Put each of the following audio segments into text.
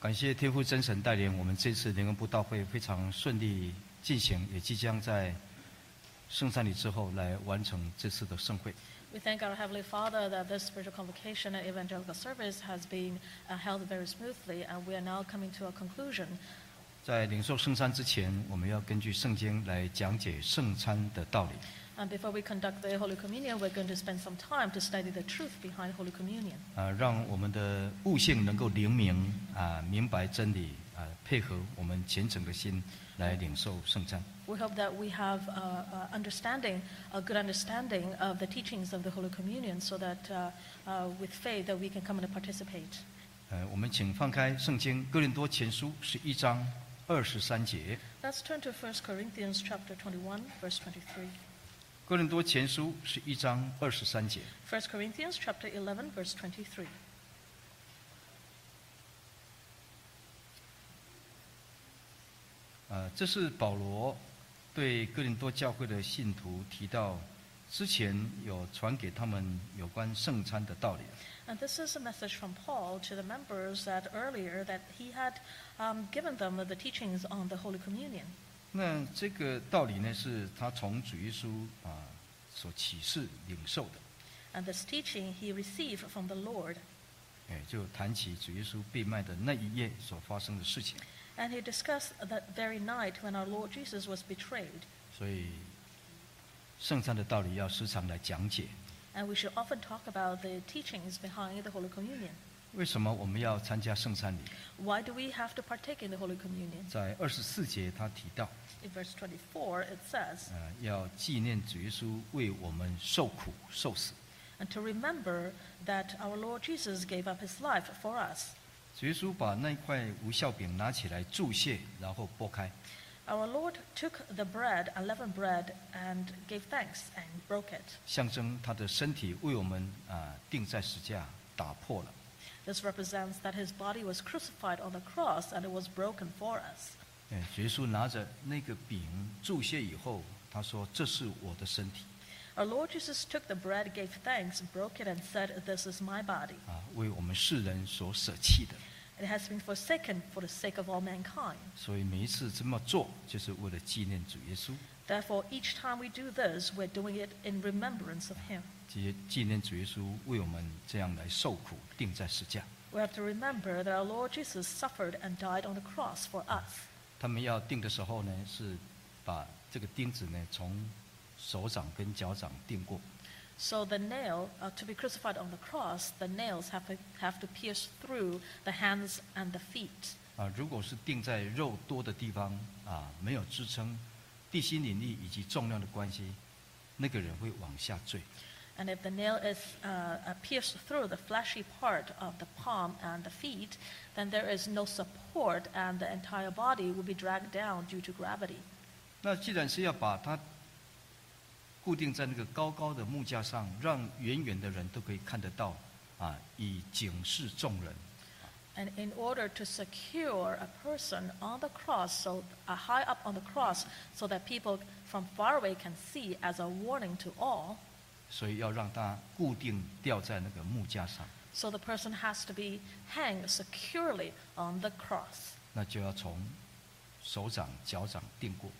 感谢天父真神带领我们这次联恩布道会非常顺利进行，也即将在圣餐礼之后来完成这次的盛会。 We thank our Heavenly Father that this spiritual convocation and evangelical service has been uh, held very smoothly, and we are now coming to a conclusion. 在领受圣餐之前，我们要根据圣经来讲解圣餐的道理。 And before we conduct the Holy Communion, we're going to spend some time to study the truth behind Holy Communion, 啊，让我们的悟性能够灵明啊、明白真理啊、配合我们虔诚的心来领受圣餐。 we hope that we have uh, uh, understanding, a good understanding of the teachings of the Holy Communion, so that uh, uh, with faith that we can come and participate. 呃，我们请放开圣经《哥林多前书》十一章二十三节， Let's turn to 1 Corinthians chapter 21, verse 23. 《哥林多前书》十一章二十三节。 1 Corinthians chapter 11, verse 23. 呃，这是保罗对哥林多教会的信徒提到，之前有传给他们有关圣餐的道理。啊 And this is a message from Paul to the members that earlier that he had um, given them the teachings on the Holy Communion. 那这个道理呢，是他从主耶稣啊、所启示领受的。 And this teaching he received from the Lord. 哎，就谈起主耶稣被卖的那一夜所发生的事情。 And he discussed that very night when our Lord Jesus was betrayed. 所以，圣餐的道理要时常来讲解。 And we should often talk about the teachings behind the Holy Communion. 为什么我们要参加圣餐礼？ Why do we have to partake in the Holy Communion? 在二十四节他提到， In verse 24, it says, 呃，要纪念主耶稣为我们受苦受死。 And to remember that our Lord Jesus gave up his life for us. 主耶稣把那块无效饼拿起来注谢，然后剥开， Our Lord took the bread, unleavened bread, and gave thanks and broke it. 象征他的身体为我们啊、钉在石架，打破了。 This represents that his body was crucified on the cross and it was broken for us. 哎，主耶稣拿着那个饼注谢以后，他说：“这是我的身体 Our Lord Jesus took the bread, gave thanks, broke it, and said, This is my body. 啊、为我们世人所舍弃的。 It has been forsaken for the sake of all mankind. ”所以每一次这么做，就是为了纪念主耶稣， Therefore, each time we do this, we're doing it in remembrance of him. 纪纪念主耶稣为我们这样来受苦，钉在石架。 We have to remember that our Lord Jesus suffered and died on the cross for us. 他们要钉的时候呢，是把这个钉子呢从手掌跟脚掌钉过。 So the nail, uh, to be crucified on the cross, the nails have to, have to pierce through the hands and the feet. 啊，如果是定在肉多的地方啊，没有支撑，地心引力以及重量的关系，那个人会往下坠。 And if the nail is uh, uh, pierced through the fleshy part of the palm and the feet, then there is no support and the entire body will be dragged down due to gravity. 那既然是要把它固定在那个高高的木架上，让远远的人都可以看得到，啊，以警示众人。 And in order to secure a person on the cross, so uh, high up on the cross, so that people from far away can see as a warning to all, 所以要让它固定吊在那个木架上， So the person has to be hanged securely on the cross, 那就要从手掌、脚掌定过。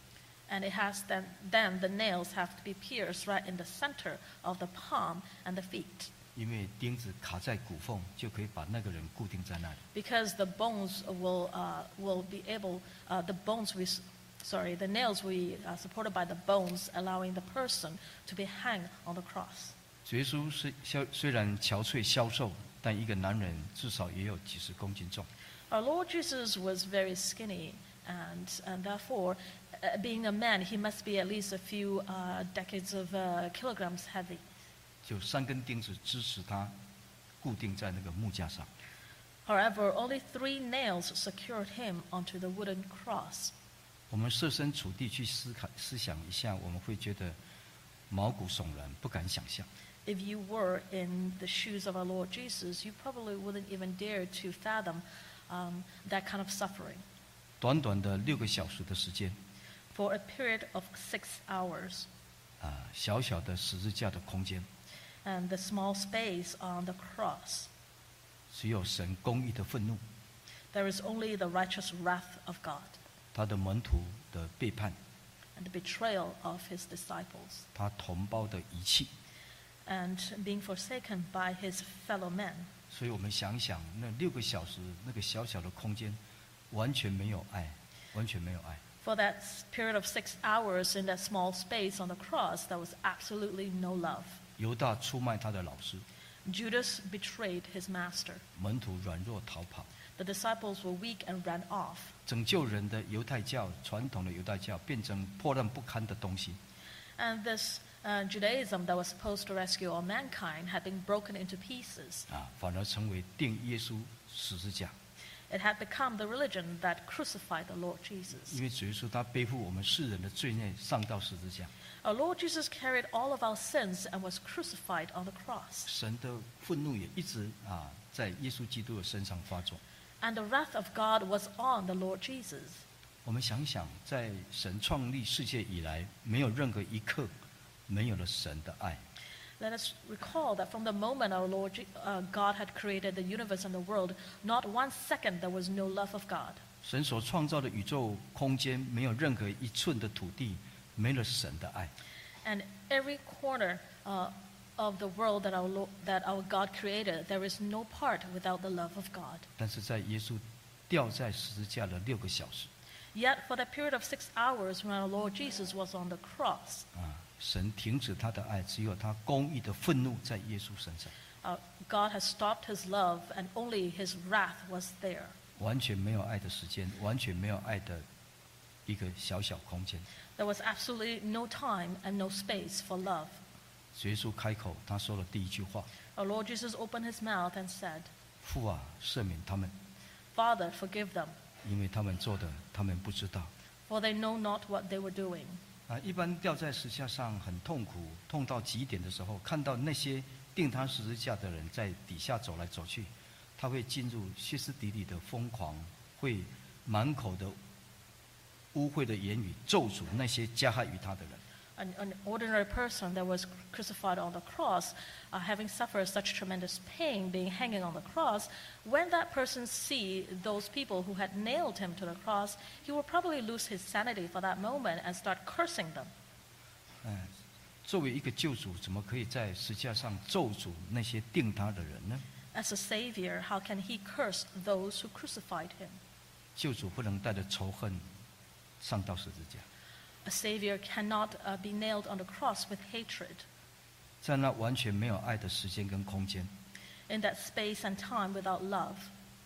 and it has then, then the nails have to be pierced right in the center of the palm and the feet, 因为钉子卡在骨缝，就可以把那个人固定在那里。 because the bones will uh, will be able uh, the bones we sorry the nails we uh, supported by the bones allowing the person to be hanged on the cross. 主耶稣虽消虽然憔悴消瘦，但一个男人至少也有几十公斤重。 Our Lord Jesus was very skinny, and and therefore. Uh, being a man, he must be at least a few uh, decades of uh, kilograms heavy. 就三根钉子支持他固定在那个木架上。 However, only three nails secured him onto the wooden cross. 我们设身处地去思考思想一下，我们会觉得毛骨悚然，不敢想象。 If you were in the shoes of our Lord Jesus, you probably wouldn't even dare to fathom um, that kind of suffering. 短短的六个小时的时间， For a period of six hours, 啊、小小的十字架的空间，啊 and the small space on the cross, 只有神公义的愤怒， There is only the righteous wrath of God 他的门徒的背叛， and the betrayal of his disciples 他同胞的遗弃。 and being forsaken by his fellow men. 所以我们想想，那六个小时那个小小的空间，完全没有爱，完全没有爱。 For that s- period of six hours in that small space on the cross, there was absolutely no love. 犹大出卖他的老师， Judas betrayed his master. 门徒软弱逃跑。 The disciples were weak and ran off. 拯救人的犹太教，传统的犹太教变成破烂不堪的东西， And this uh, Judaism that was supposed to rescue all mankind had been broken into pieces. 啊，反而成为定耶稣十字架。 It had become the religion that crucified the Lord Jesus. 因为主耶稣他背负我们世人的罪孽，上到十字架， Our Lord Jesus carried all of our sins and was crucified on the cross. 神的愤怒也一直啊在耶稣基督的身上发作。 And the wrath of God was on the Lord Jesus. 我们想想，在神创立世界以来，没有任何一刻没有了神的爱。 Let us recall that from the moment our Lord Je- uh, God had created the universe and the world, not one second there was no love of God. 神所创造的宇宙空间，没有任何一寸的土地没了神的爱。 And every corner uh, of the world that our, Lord, that our God created, there is no part without the love of God. 但是在耶稣吊在十字架的六个小时 Yet, for the period of six hours when our Lord Jesus was on the cross, 啊，神停止他的爱，只有他公义的愤怒在耶稣身上， uh, God has stopped his love and only his wrath was there. 完全没有爱的时间，完全没有爱的一个小小空间。 There was absolutely no time and no space for love. 耶稣开口，他说了第一句话 Our Lord Jesus opened his mouth and said,：“ 父啊，赦免他们， Father, forgive them. 因为他们做的，他们不知道。 for they know not what they were doing. 啊，一般吊在十字架上很痛苦，痛到极点的时候，看到那些钉他十字架的人在底下走来走去，他会进入歇斯底里的疯狂，会满口的污秽的言语咒诅那些加害于他的人。 An, an ordinary person that was crucified on the cross, uh, having suffered such tremendous pain, being hanging on the cross, when that person see those people who had nailed him to the cross, he will probably lose his sanity for that moment and start cursing them. 嗯，作为一个救主，怎么可以在十字架上咒诅那些钉他的人呢？ As a savior, how can he curse those who crucified him? 救主不能带着仇恨上到十字架， A savior cannot uh, be nailed on the cross with hatred. 在那完全没有爱的时间跟空间。 In that space and time without love,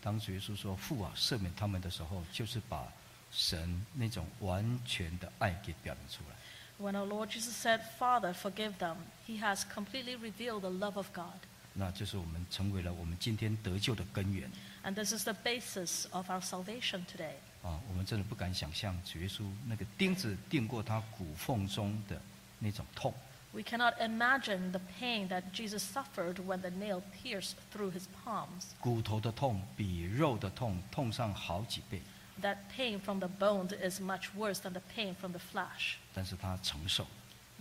当主耶稣说“父啊，赦免他们”的时候，就是把神那种完全的爱给表明出来。 When our Lord Jesus said, Father, forgive them, he has completely revealed the love of God. 那就是我们成为了我们今天得救的根源 And this is the basis of our salvation today. 啊！我们真的不敢想象主耶稣那个钉子钉过他骨缝中的那种痛， We cannot imagine the pain that Jesus suffered when the nail pierced through his palms. 骨头的痛比肉的痛痛上好几倍， That pain from the bone is much worse than the pain from the flesh. 但是他承受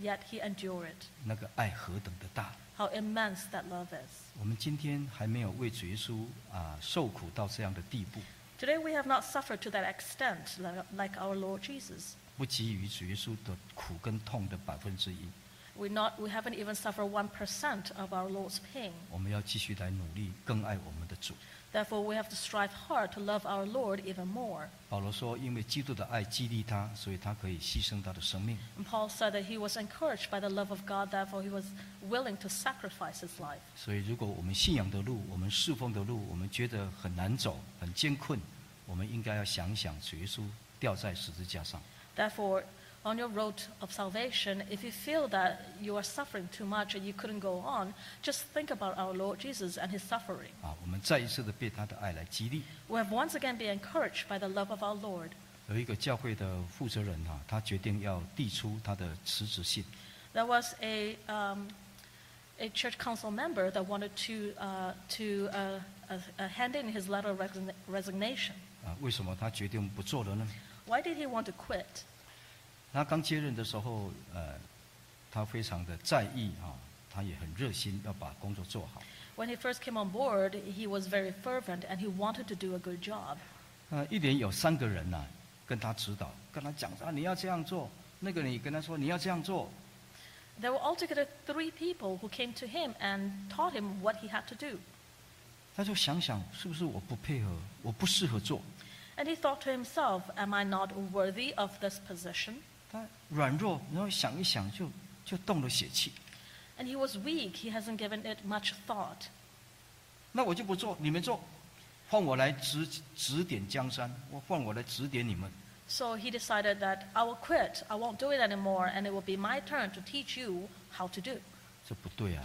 Yet he endured it. 那个爱何等的大！ How immense that love is. 我们今天还没有为主耶稣啊受苦到这样的地步， Today we have not suffered to that extent like- like our Lord Jesus. 不及于主耶稣的苦跟痛的百分之一。 We, not, we haven't even suffered 1% of our Lord's pain. 我们要继续来努力，更爱我们的主。 Therefore, we have to strive hard to love our Lord even more. 保罗说：“因为基督的爱激励他，所以他可以牺牲他的生命。 And Paul said that he was encouraged by the love of God, therefore, he was willing to sacrifice his life. ”所以，如果我们信仰的路、我们侍奉的路，我们觉得很难走、很艰困，我们应该要想一想，主耶稣吊在十字架上， Therefore, on your road of salvation, if you feel that you are suffering too much and you couldn't go on, just think about our Lord Jesus and his suffering. 啊，我们再一次的被他的爱来激励。 We have once again been encouraged by the love of our Lord. 有一个教会的负责人啊，他决定要递出他的辞职信， There was a, um, a church council member that wanted to, uh, to uh, uh, uh, hand in his letter of resign- resignation. 啊，为什么他决定不做了呢？ Why did he want to quit? 他刚接任的时候，呃，他非常的在意啊，他也很热心，要把工作做好。 When he first came on board, he was very fervent and he wanted to do a good job. 呃，一连有三个人呐、跟他指导，跟他讲啊，你要这样做，那个人也跟他说你要这样做， There were altogether three people who came to him and taught him what he had to do. 他就想想是不是我不配合，我不适合做。 And he thought to himself, Am I not worthy of this position? 他软弱，然后想一想就就动了血气， And he was weak, he hasn't given it much thought. 那我就不做，你们做，换我来指指点江山，我换我来指点你们。 So he decided that I will quit, I won't do it anymore, and it will be my turn to teach you how to do. 这不对啊，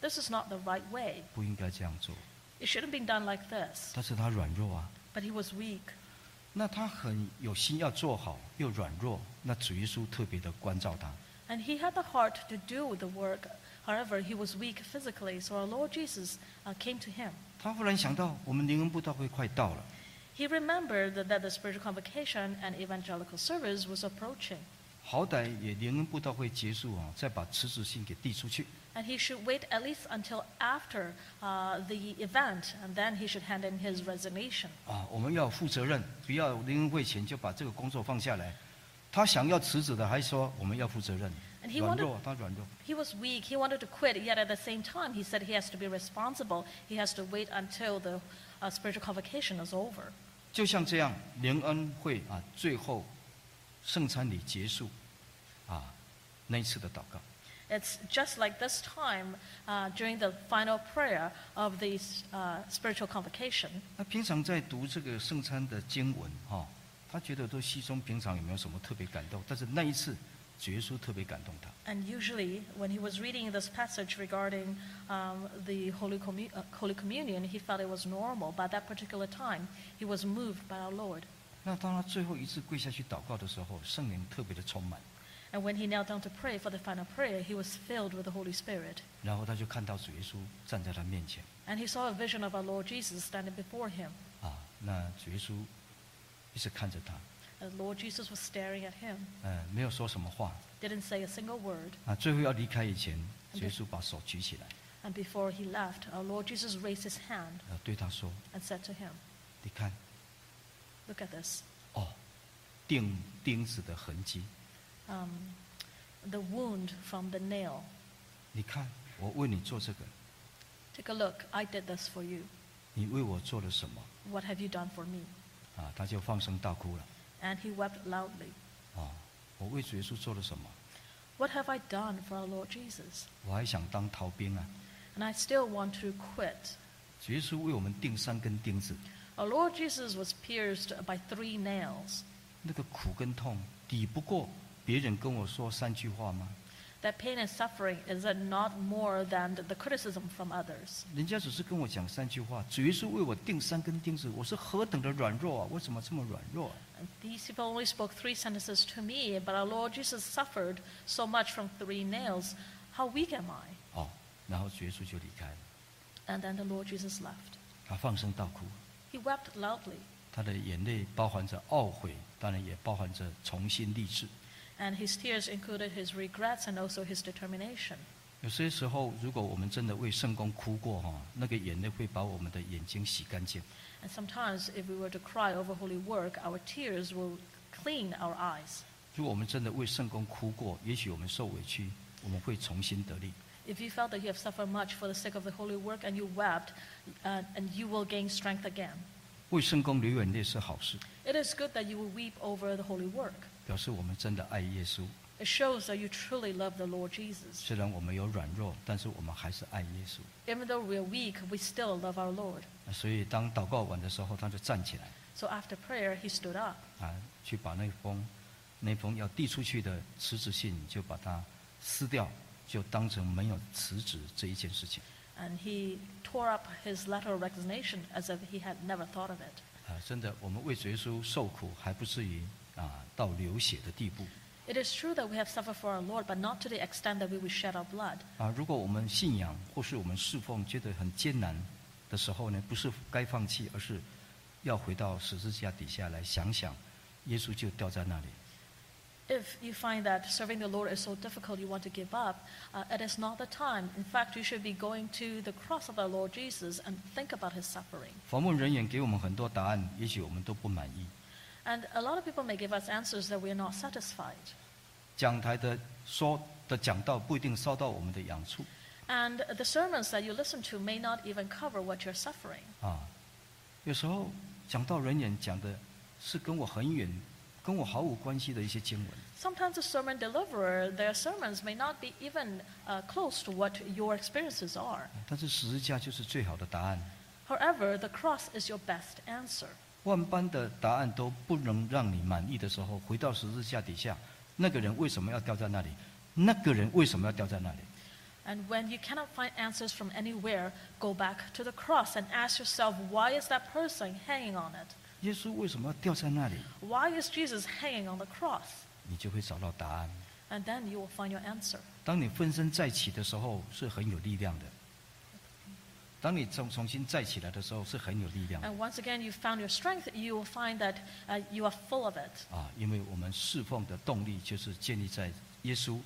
This is not the right way. 不应该这样做。 It shouldn't be done like this. 但是他软弱啊， But he was weak. 那他很有心要做好，又软弱，那主耶稣特别的关照他。 And he had the heart to do the work. However, he was weak physically, so our Lord Jesus uh, came to him. 他忽然想到，我们灵恩布道会快到了， He remembered that, that the spiritual convocation and evangelical service was approaching, 好歹也灵恩布道会结束啊，再把辞职信给递出去。 and he should wait at least until after uh, the event, and then he should hand in his resignation. 啊，我们要负责任，不要灵恩会前就把这个工作放下来。他想要辞职的，还说我们要负责任。 And he 软 wanted, 弱，他软弱。 he was weak, he wanted to quit, yet at the same time, he said he has to be responsible, he has to wait until the uh, spiritual convocation is over. 就像这样，灵恩会啊，最后圣餐礼结束啊，那一次的祷告， It's just like this time uh, during the final prayer of the uh, spiritual convocation. 那平常在读这个圣餐的经文哈、他觉得都稀松平常，也没有什么特别感动。但是那一次，主耶稣特别感动他。 And usually, when he was reading this passage regarding um, the Holy, Commu- uh, Holy Communion, he felt it was normal. But that particular time, he was moved by our Lord. 那当他最后一次跪下去祷告的时候，圣灵特别的充满， And when he knelt down to pray for the final prayer, he was filled with the Holy Spirit. 然后他就看到主耶稣站在他面前 And he saw a vision of our Lord Jesus standing before him. 啊，那主耶稣一直看着他， The Lord Jesus was staring at him, 呃，没有说什么话 didn't say a single word. 啊。最后要离开以前，主耶稣把手举起来， And before he left, our Lord Jesus raised his hand 呃，对他说 and said to him,：“ 你看， Look at this. 哦，钉钉子的痕迹， Um, the wound from the nail. 你看，我为你做这个， Take a look. I did this for you. 你为我做了什么？ What have you done for me? 啊，他就放声大哭了。 And he wept loudly. 啊，我为主耶稣做了什么？ What have I done for our Lord Jesus? 我还想当逃兵啊！ And I still want to quit. 主耶稣为我们钉三根钉子， Our Lord Jesus was pierced by three nails. 那个苦跟痛抵不过别人跟我说三句话吗？ That pain and suffering is not more than the criticism from others. 人家只是跟我讲三句话，主耶稣为我钉三根钉子，我是何等的软弱啊！我怎么这么软弱、啊？ And these people only spoke three sentences to me, but our Lord Jesus suffered so much from three nails. How weak am I? 哦，然后主耶稣就离开了， And then the Lord Jesus left. 他放声大哭， He wept loudly, 他的眼泪包含着懊悔，当然也包含着重新立志。 and his tears included his regrets and also his determination. 有些时候，如果我们真的为圣公哭过哈，那个眼泪会把我们的眼睛洗干净。 And sometimes, if we were to cry over holy work, our tears will clean our eyes. 如果我们真的为圣公哭过，也许我们受委屈，我们会重新得力。 If you felt that you have suffered much for the sake of the holy work and you wept, uh, and you will gain strength again. 为圣公流眼泪是好事， It is good that you will weep over the holy work. 表示我们真的爱耶稣。 It shows that you truly love the Lord Jesus. 虽然我们有软弱，但是我们还是爱耶稣。 Even though we are weak, we still love our Lord. 所以当祷告完的时候，他就站起来 So after prayer, he stood up 啊，去把那封那封要递出去的辞职信就把它撕掉，就当成没有辞职这一件事情 and he tore up his letter of resignation as if he had never thought of it. 啊！真的，我们为主耶稣受苦，还不至于啊到流血的地步 It is true that we have suffered for our Lord, but not to the extent that we will shed our blood. 啊！如果我们信仰或是我们侍奉觉得很艰难的时候呢，不是该放弃，而是要回到十字架底下来想想，耶稣就掉在那里。 If you find that serving the Lord is so difficult, you want to give up, uh, it is not the time. In fact, you should be going to the cross of our Lord Jesus and think about his suffering. 访问人员给我们很多答案，也许我们都不满意。 And a lot of people may give us answers that we are not satisfied. 讲台的说的讲道不一定烧到我们的痒处 And the sermons that you listen to may not even cover what you're suffering. 啊。有时候讲道人员讲的是跟我很远、跟我毫无关系的一些经文， Sometimes the sermon deliverer, their sermons may not be even uh, close to what your experiences are. 但是十字架就是最好的答案。 However, the cross is your best answer. 万般的答案都不能让你满意的时候，回到十字架底下，那个人为什么要掉在那里？那个人为什么要掉在那里？ And when you cannot find answers from anywhere, go back to the cross and ask yourself, why is that person hanging on it? 耶稣为什么要掉在那里？ Why is Jesus hanging on the cross? 你就会找到答案。 And then you will find your answer. 当你奋身再起的时候，是很有力量的。当你重重新再起来的时候，是很有力量的 And once again, you found your strength, you will find that uh, you are full of it. 啊！因为我们侍奉的动力就是建立在耶稣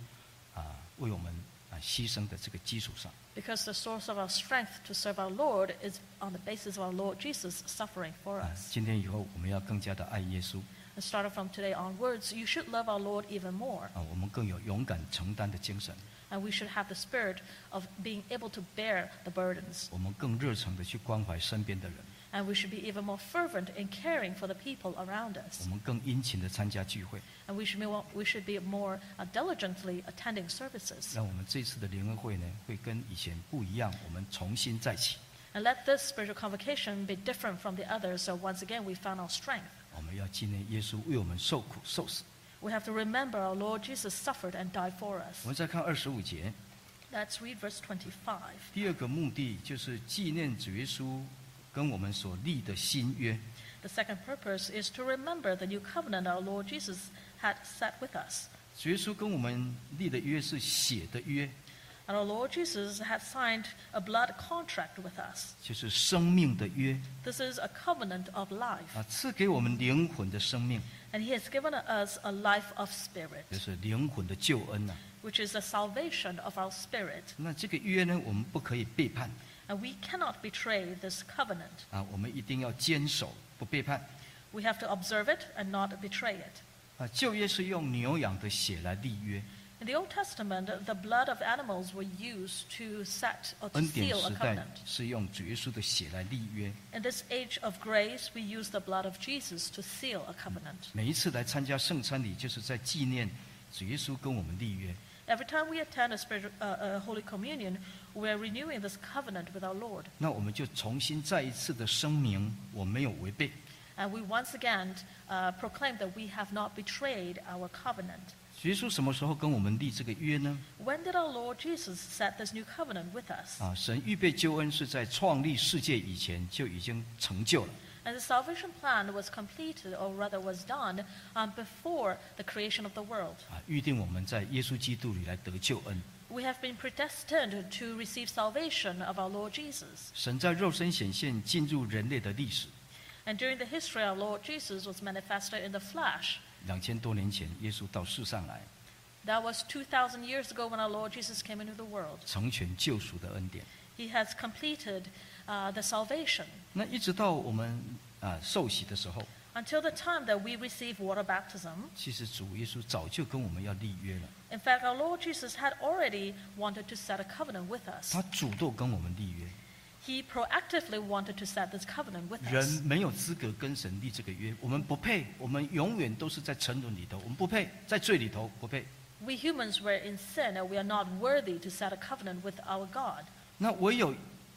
啊为我们啊牺牲的这个基础上。 Because the source of our strength to serve our Lord is on the basis of our Lord Jesus suffering for 啊 us. 今天以后我们要更加的爱耶稣 And starting from today onwards, you should love our Lord even more. 啊，我们更有勇敢承担的精神， And we should have the spirit of being able to bear the burdens. 我们更热诚的去关怀身边的人， And we should be even more fervent in caring for the people around 我 us. 们更殷勤的参加聚会， And we should be more, we should be more uh, diligently attending services. 让我们这次的联恩会呢会跟以前不一样，我们重新再起， And let this spiritual convocation be different from the others. So once again, we found our strength. 我们要纪念耶稣为我们受苦受死。 We have to remember our Lord Jesus suffered and died for 我 us. 们再看二十五节， Let's read verse 25. 第二个目的就是纪念主耶稣跟我们所立的新约。 The second purpose is to remember the new covenant our Lord Jesus had set with us. 主耶稣跟我们立的约是血的约， And our Lord Jesus had signed a blood contract with us. 就是生命的约 This is a covenant of life. 啊，赐给我们灵魂的生命， And He has given us a life of spirit, 就是灵魂的救恩呐、啊 which is the salvation of our spirit. 那这个约呢，我们不可以背叛 And we cannot betray this covenant. 啊，我们一定要坚守不背叛 We have to observe it and not betray it. 啊。旧约是用牛羊的血来立约， In the Old Testament, the blood of animals were used to set or to 恩典 seal a 时代 covenant. 是用主耶稣的血来立约。 In this age of grace, we use the blood of Jesus to seal a covenant. 每一次来参加圣餐礼，就是在纪念主耶稣跟我们立约。 Every time we attend a, spiritual, uh, uh Holy Communion, we are renewing this covenant with our Lord. 那我们就重新再一次的声明，我没有违背。 And we once again uh, proclaim that we have not betrayed our covenant. 主耶稣什么时候跟我们立这个约呢？ When did our Lord Jesus set this new covenant with us? 啊，神预备救恩是在创立世界以前就已经成就了。 And the salvation plan was completed, or rather was done, um, before the creation of the world. 啊，预定我们在耶稣基督里来得救恩。 We have been predestined to receive salvation of our Lord Jesus. 神在肉身显现进入人类的历史， And during the history, our Lord Jesus was manifested in the flesh. 两千多年前，耶稣到世上来， That was 2,000 years ago when our Lord Jesus came into the world. 成全救赎的恩典。 He has completed uh, the salvation 那一直到我们啊受洗的时候， until the time that we receive water baptism. 其实主耶稣早就跟我们要立约了， In fact, our Lord Jesus had already wanted to set a covenant with us. 他主动跟我们立约。 He proactively wanted to set this covenant with 人 us. 没有资格跟神立这个约，我们不配，我们永远都是在沉沦里头，我们不配，在罪里头不配。 We humans were in sin and we are not worthy to set a covenant with our God. 那唯有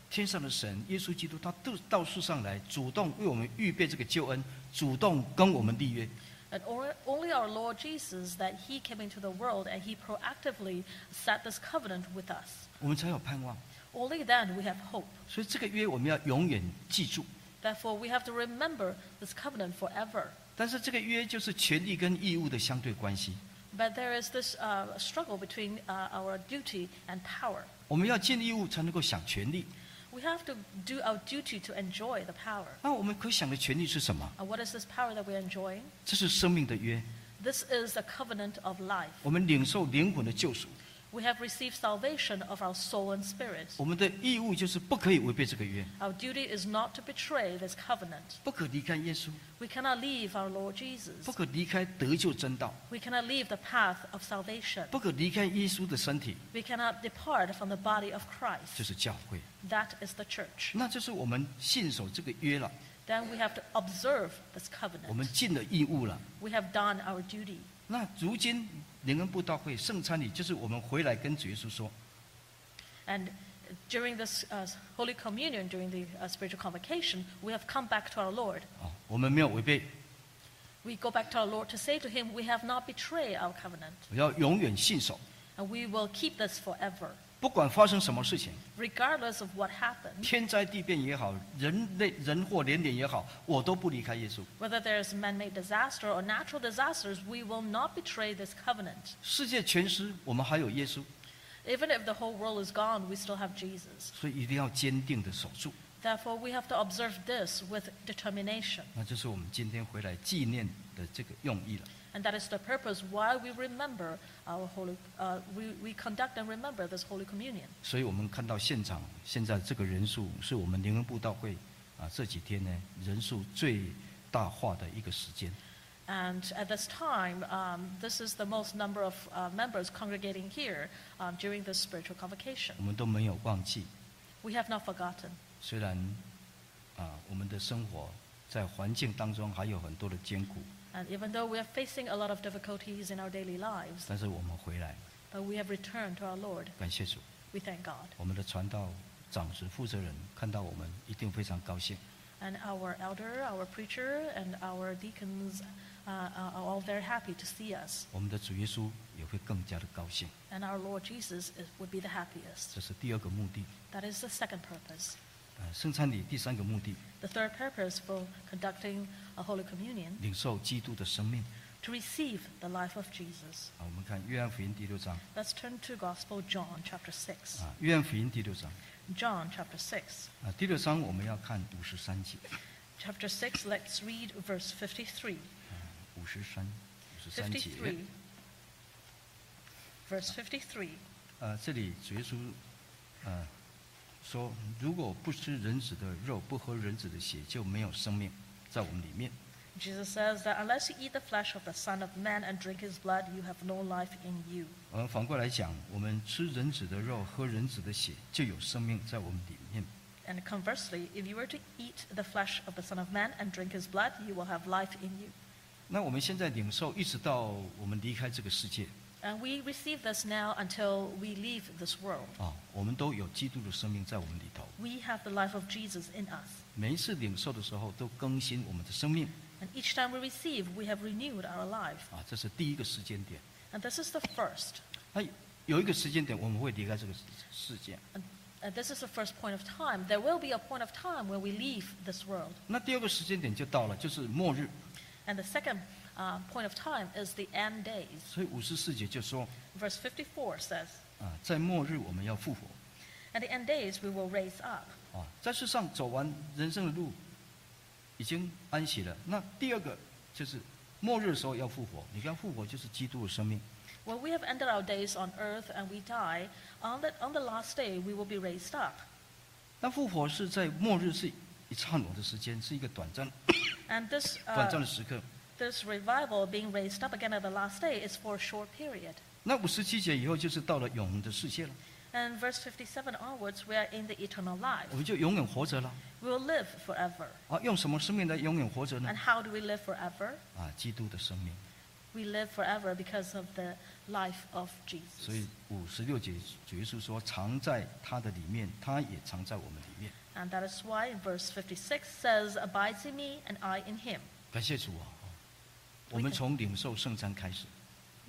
天上的神耶稣基督，他到到世上来，主动为我们预备这个救恩，主动跟我们立约。 And or- only our Lord Jesus, that He came into the world and He proactively set this covenant with us. 我们才有盼望。 Only then we have hope. 所以这个约我们要永远记住。 Therefore, we have to remember this covenant forever. 但是这个约就是权利跟义务的相对关系。 But there is this uh, struggle between uh, our duty and power. 我们要尽义务才能够享权利。 We have to do our duty to enjoy the power. 那我们可享的权利是什么？ And what is this power that we're enjoying? 这是生命的约， This is the covenant of life. 我们领受灵魂的救赎， We have received salvation of our soul and spirit. 我们的义务就是不可以违背这个约， Our duty is not to betray this covenant. 不可离开耶稣， We cannot leave our Lord Jesus. 不可离开得救真道， We cannot leave the path of salvation. 不可离开耶稣的身体， We cannot depart from the body of 就 Christ. 是教会。 That is the church. 那就是我们信守这个约了， Then we have to observe this 我们 covenant. 尽了义务了。 We have done our duty. 那如今灵恩布道会圣餐礼，就是我们回来跟主耶稣说， And during this uh, Holy Communion, during the uh, spiritual convocation, we have come back to our Lord. 啊，我们没有违背， We go back to our Lord to say to Him, We have not betrayed our covenant, 我要永远信守， and we will keep this forever, 不管发生什么事情， regardless of what happened. 天灾地变也好，人类人祸连连也好，我都不离开耶稣。 Whether there is man made disaster or natural disasters, we will not betray this covenant. 世界全失，我们还有耶稣， Even if the whole world is gone, we still have Jesus. 所以一定要坚定的守住。 Therefore, we have to observe this with determination. 那就是我们今天回来纪念的这个用意了。 And that is the purpose why we remember our holy, uh, we, we conduct and remember this Holy Communion. 所以我们看到现场现在这个人数是我们灵恩布道会啊这几天呢人数最大化的一个时间。 And at this time, um, this is the most number of uh, members congregating here um, during this spiritual convocation. 我们都没有忘记， We have not forgotten. 虽然啊我们的生活在环境当中还有很多的艰苦， And even though we are facing a lot of difficulties in our daily lives, 但是我们回来， but Uh, we have returned to our Lord. 感谢主， We thank God. 我们的传道长职负责人看到我们一定非常高兴。 And our elder, our preacher, and our deacons uh, are are all very happy to see us. 我们的主耶稣也会更加的高兴， And our Lord Jesus is, would be the happiest. 这是第二个目的。 That is the second purpose. 呃，圣餐礼第三个目的， The third purpose for conducting a Holy Communion, 领受基督的生命。 to receive the life of Jesus. 啊，我们看约翰福音第六章 Let's turn to Gospel John chapter 6. 啊，约翰福音第六章 John chapter 6. 啊，第六章我们要看五十三节， Chapter 6, let's read verse 53. 五十三，五十三节。 53. Verse 53. 呃，这里主耶稣，呃，说如果不吃人子的肉，不喝人子的血，就没有生命在我们里面。 Jesus says that unless you eat the flesh of the Son of Man and drink his blood, you have no life in you. 而反过来讲，我们吃人子的肉，喝人子的血，就有生命在我们里面。 And conversely, if you were to eat the flesh of the Son of Man and drink his blood, you will have life in you. 那我们现在领受，一直到我们离开这个世界 And we receive this now until we leave this world. 啊，我们都有基督的生命在我们里头。 We have the life of Jesus in us. 每一次领受的时候，都更新我们的生命 And each time we receive, we have renewed our life. 啊，这是第一个时间点。 And this is the first. 那有一个时间点，我们会离开这个世世界。 And, and uh, this is the first point of time. There will be a point of time when we leave this world. 那第二个时间点就到了，就是末日。 And the second uh, point of time is the end days. 所以五十四节就说 Verse 54 says, 啊，在末日我们要复活 At the end days, we will raise up. 啊，在世上走完人生的路，已经安息了。那第二个就是末日的时候要复活。你看复活就是基督的生命， When we have ended our days on earth and we die, on the, on the last day, we will be raised up. 那复活是在末日是一刹那的时间，是一个短暂 And this, 短暂 uh, 的时刻。 this revival being raised up again at the last day is for a short period. 那五十七节以后就是到了永恒的世界了， And verse 57 onwards, we are in the eternal life. 我们就永远活着了。 We will live forever. 啊，用什么生命来永远活着呢 And？how do we live forever? 啊，基督的生命。 We live forever because of the life of 所以 Jesus. 五十六节主耶稣说：“藏在他的里面，他也藏在我们里面。 And that is why verse 56 says, Abides in me and I in him. ”感谢主啊！哦我们从领受圣餐开始，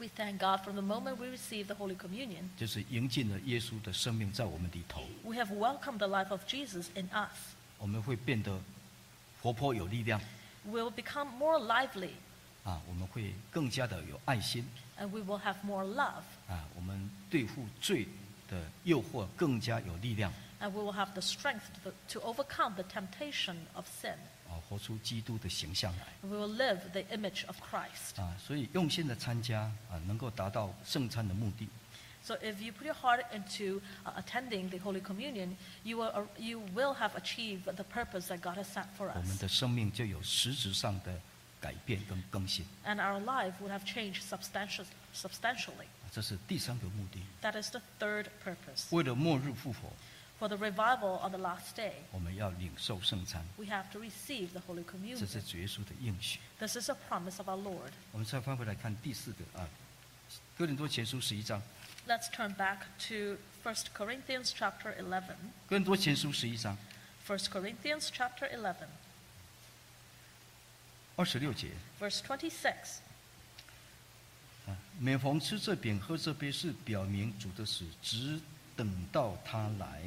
We thank God from the moment we receive the Holy Communion. 就是迎进了耶稣的生命在我们里头， We have welcomed the life of Jesus in us. 我们会变得活泼有力量 We will become more lively 啊！我们会更加的有爱心啊 and we will have more love. 啊！我们对付罪的诱惑更加有力量 and we will have the strength to, to overcome the temptation of sin. 啊，活出基督的形象来 We will live the image of Christ. 啊。所以用心的参加啊，能够达到圣餐的目的。 So if you put your heart into uh, attending the Holy Communion, you will, uh, you will have achieved the purpose that God has set for 我们 us. 的生命就有实质上的改变跟更新。啊 And our life would have changed substantial, substantially. 这是第三个目的。 That is the third purpose. 为了末日复活， For the revival on the last day, 我们要领受圣餐， we have to receive the Holy 这 Communion. 是主耶稣的应许。 This is a promise of our Lord. 我们再翻回来看第四个啊，《哥林多前书》十一章，《 Let's turn back to 1 Corinthians chapter 11. 哥林多前书》十一章1 Corinthians chapter 11, 二十六节 verse 26. 啊，每逢吃这饼、喝这杯，是表明主的死，只等到他来。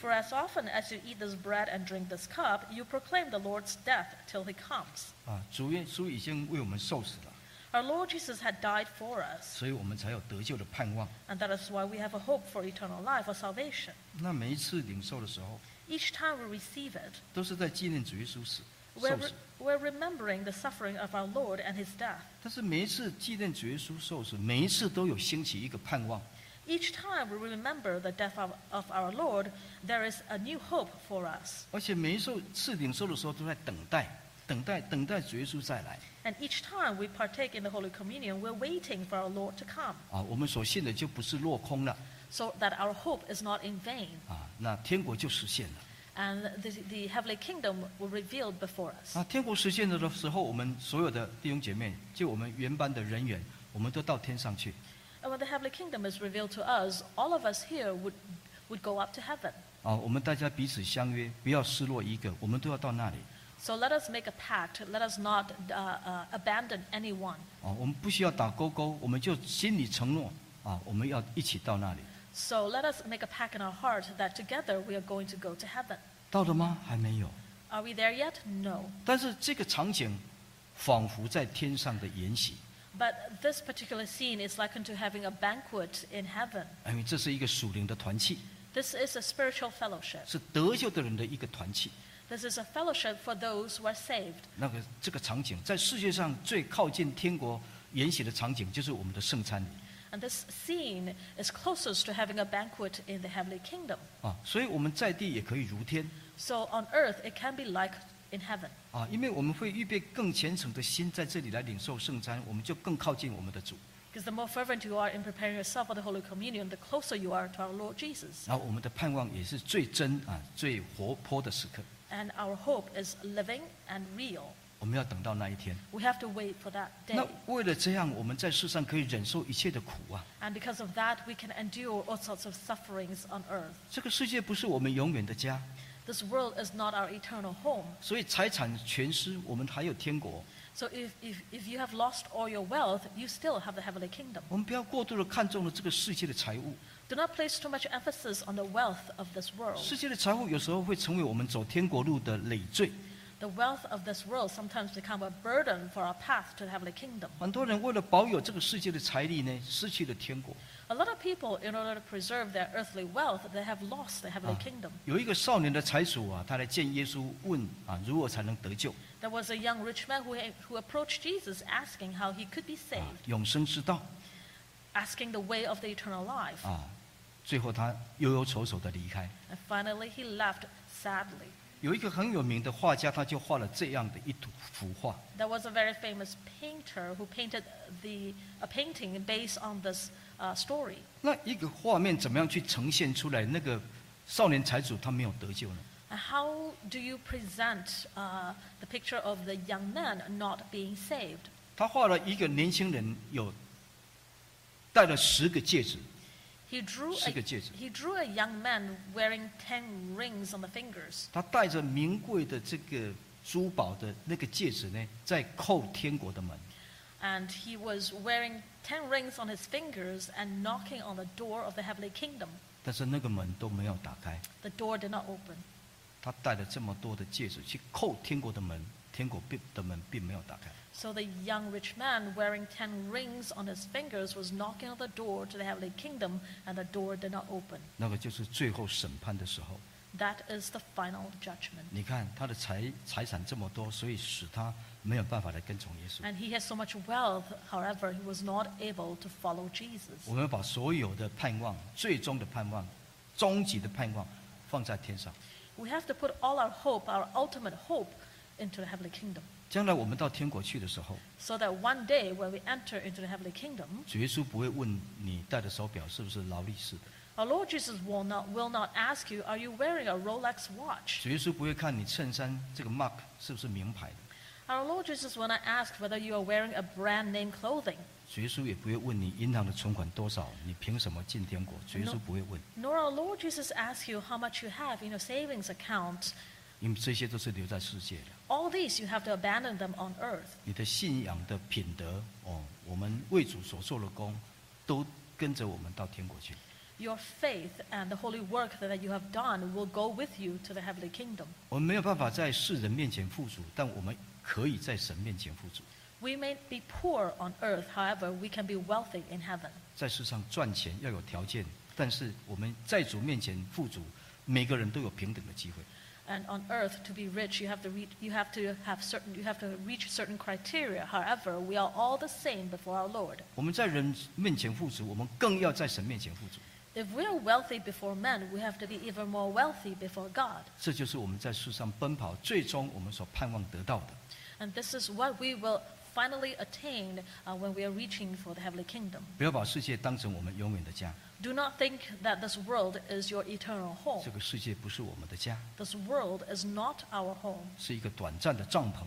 For as often as you eat this bread and drink this cup, you proclaim the Lord's death till he comes. 啊，主耶稣已经为我们受死了， Our Lord Jesus had died for us, 所以我们才有得救的盼望。 and that is why we have a hope for eternal life or salvation. 那每一次领受的时候， Each time we receive it, 都是在纪念主耶稣死受 we're, 死 re-。we're remembering the suffering of our Lord and his death. 但是每一次纪念主耶稣受死，每一次都有兴起一个盼望， Each time we remember the death of, of our Lord, there is a new hope for us. 而且每一受次领受的时候都在等待，等待，等待主耶稣再来 And each time we partake in the Holy Communion, we're waiting for our Lord to come 啊！我们所信的就不是落空了 so that our hope is not in vain 啊，那天国就实现了。 and the, the heavenly kingdom will revealed before us. 那天国实现了的时候，我们所有的弟兄姐妹，就我们原班的人员，我们都到天上去 And when the heavenly kingdom is revealed to us, all of us here would, would go up to heaven. 啊！我们大家彼此相约，不要失落一个，我们都要到那里 So let us make a pact. Let us not uh, uh, abandon anyone. 啊！我们不需要打勾勾，我们就心里承诺啊，我们要一起到那里。 So let us make a pact in our heart that together we are going to go to heaven. 到了吗？还没有。 Are we there yet? No. 但是这个场景仿佛在天上的筵席， But this particular scene is likened to having a banquet in heaven. 因为这是一个属灵的团契， This is a spiritual fellowship. 是得救的人的一个团契。 This is a fellowship for those who are saved. 那个这个场景，在世界上最靠近天国筵席的场景，就是我们的圣餐礼 And this scene is closest to having a banquet in the heavenly kingdom. 啊。所以我们在地也可以如天 So on earth, it can be like in heaven. 啊，因为我们会预备更虔诚的心在这里来领受圣餐，我们就更靠近我们的主， Because the more fervent you are in preparing yourself for the Holy Communion, the closer you are to our Lord Jesus. 然后我们的盼望也是最真啊、最活泼的时刻。 And our hope is living and real. 我们要等到那一天。 We have to wait for that day. 那为了这样，我们在世上可以忍受一切的苦啊。 And because of that, we can endure all sorts of sufferings on earth. 这个世界不是我们永远的家， This world is not our eternal home. 所以财产全失，我们还有天国。 So if, if, if you have lost all your wealth, you still have the heavenly kingdom. 我们不要过度的看重了这个世界的财物， Do not place too much emphasis on the wealth of this world. 世界的财物有时候会成为我们走天国路的累赘。 The wealth of this world sometimes become a burden for our path to the heavenly kingdom. 很多人为了保有这个世界的财力呢，失去了天国。 A lot of people, in order to preserve their earthly wealth, they have lost the heavenly kingdom. 有一个少年的财主啊，他来见耶稣问啊，如何才能得救 There was a young rich man who, who approached Jesus asking how he could be 啊 saved,，永生之道 asking the way of the eternal life. 啊。最后他忧忧愁愁的离开。 And finally, he left sadly. 有一个很有名的画家，他就画了这样的一幅幅画。 There was a very famous painter who painted the, a painting based on this uh, story. 那一个画面怎么样去呈现出来？那个少年财主他没有得救呢？ And How do you present uh, the picture of the young man not being saved? 他画了一个年轻人有戴了十个戒指， He drew, a, 十个戒指。 he drew a young man wearing 10 rings on the fingers. 他戴着名贵的这个珠宝的那个戒指呢，在叩天国的门。 And he was wearing 10 rings on his fingers and knocking on the door of the heavenly kingdom. 但是那个门都没有打开， The door did not open. 他戴了这么多的戒指去叩天国的门，天国并的门并没有打开。 So the young rich man wearing ten rings on his fingers was knocking on the door to the heavenly kingdom, and the door did not open. 那个就是最后审判的时候。 That is the final judgment. 你看他的财财产这么多，所以使他没有办法来跟从耶稣。 And he has so much wealth, however, he was not able to follow Jesus. 我们把所有的盼望、最终的盼望、终极的盼望放在天上。 We have to put all our hope, our ultimate hope, into the heavenly kingdom. 将来我们到天国去的时候， So that one day when we enter into the heavenly kingdom, 主耶稣不会问你戴的手表是不是劳力士的， our Lord Jesus will not, will not ask you, Are you wearing a Rolex watch? 主耶稣不会看你衬衫这个 mark 是不是名牌的， Our Lord Jesus will not ask whether you are wearing a brand name clothing. 主耶稣也不会问你银行的存款多少，你凭什么进天国？主耶稣不会问， Nor our Lord Jesus asks you how much you have in your savings account. 因为这些都是留在世界的。 All these you have to abandon them on earth. 你的信仰的品德哦，我们为主所做的功，都跟着我们到天国去。 Your faith and the holy work that you have done will go with you to the heavenly kingdom. 我们没有办法在世人面前富足，但我们可以在神面前富足， We may be poor on earth, however, we can be wealthy in heaven. 在世上赚钱要有条件，但是我们在主面前富足，每个人都有平等的机会。 And on earth, to be rich, you have to, reach, you have to have certain, you have to reach certain criteria. However, we are all the same before our Lord. 我们在人面前富足，我们更要在神面前富足， If we are wealthy before men, we have to be even more wealthy before God. 这就是我们在世上奔跑，最终我们所盼望得到的。 And this is what we will finally attain uh, when we are reaching for the heavenly kingdom. 不要把世界当成我们永远的家， Do not think that this world is your eternal home. 这个世界不是我们的家， This world is not our home. 是一个短暂的帐篷。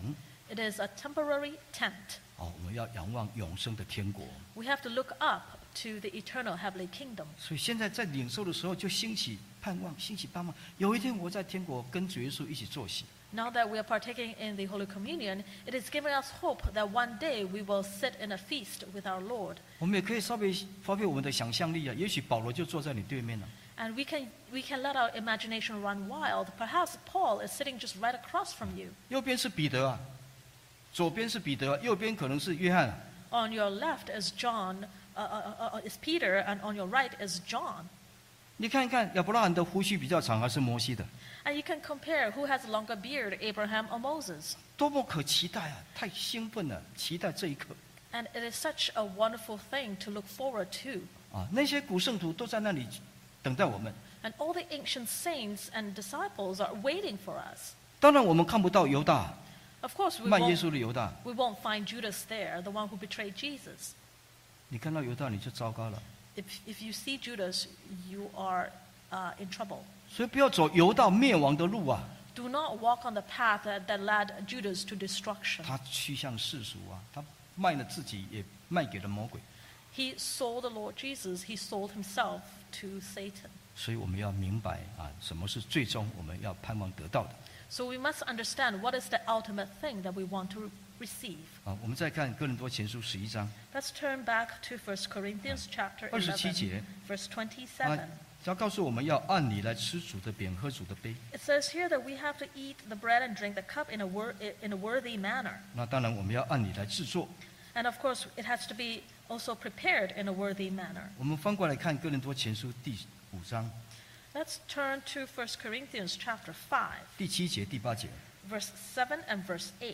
It is a temporary tent. 哦，我们要仰望永生的天国。 We have to look up to the eternal heavenly kingdom. 所以现在在领受的时候，就兴起盼望，兴起盼望。有一天我在天国跟主耶稣一起坐席， Now that we are partaking in the Holy Communion, it is giving us hope that one day we will sit in a feast with our Lord. 我们也可以稍微发挥我们的想象力啊。也许保罗就坐在你对面啊了、 And we can, we can let our imagination run wild. Perhaps Paul is sitting just right across from you. 右边是彼得啊，左边是彼得、啊，右边可能是约翰、啊。 On your left is John, uh, uh, uh, uh, is Peter, and on your right is John. 你看一看亚伯拉罕的胡须比较长，还是摩西的？ And you can compare who has a longer beard, Abraham or Moses. 多么可期待啊！太兴奋了，期待这一刻 And it is such a wonderful thing to look forward to. 啊！那些古圣徒都在那里等待我们。 And all the ancient saints and disciples are waiting for us. 当然，我们看不到犹大 Of course, we 卖耶稣 won't, 的犹大， we won't find Judas there, the one who betrayed Jesus. 你看到犹大你就糟糕了。 If, if you see Judas, you are uh, in trouble. 所以不要走犹大灭亡的路啊！ Do not walk on the path that, that led Judas to destruction. 他趋向世俗啊，他卖了自己，也卖给了魔鬼。 He sold the Lord Jesus, he sold himself to Satan. 所以我们要明白啊，什么是最终我们要盼望得到的 So we must understand what is the ultimate thing that we want to receive. 啊。我们再看哥林多前书十一章 Let's turn back to 1 Corinthians chapter 27. 11, verse 27. 他啊告诉我们要按理来吃主的饼，喝主的杯。 It says here that we have to eat the bread and drink the cup in a, wor- in a worthy manner. 那当然我们要按理来制作。 And of course, it has to be also prepared in a worthy manner. 我们翻过来看哥林多前书第五章 Let's turn to 1 Corinthians chapter 5, 第七节、第八节， verse 7 and verse 8.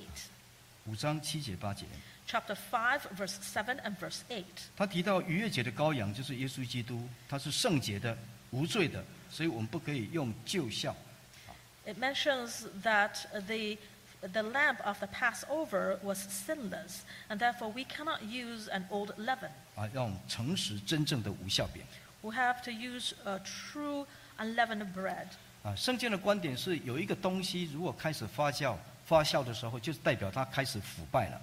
五章七节、八节， Chapter 5, verse 7 and verse 8. 他提到逾越节的羔羊就是耶稣基督，他是圣洁的、无罪的，所以我们不可以用旧效。 It mentions that the, the lamb of the Passover was sinless, and therefore we cannot use an old leaven. 啊，让我们诚实真正的无效饼。 We have to use a true unleavened bread. 啊，圣经的观点是有一个东西如果开始发酵，发酵的时候就是代表它开始腐败了。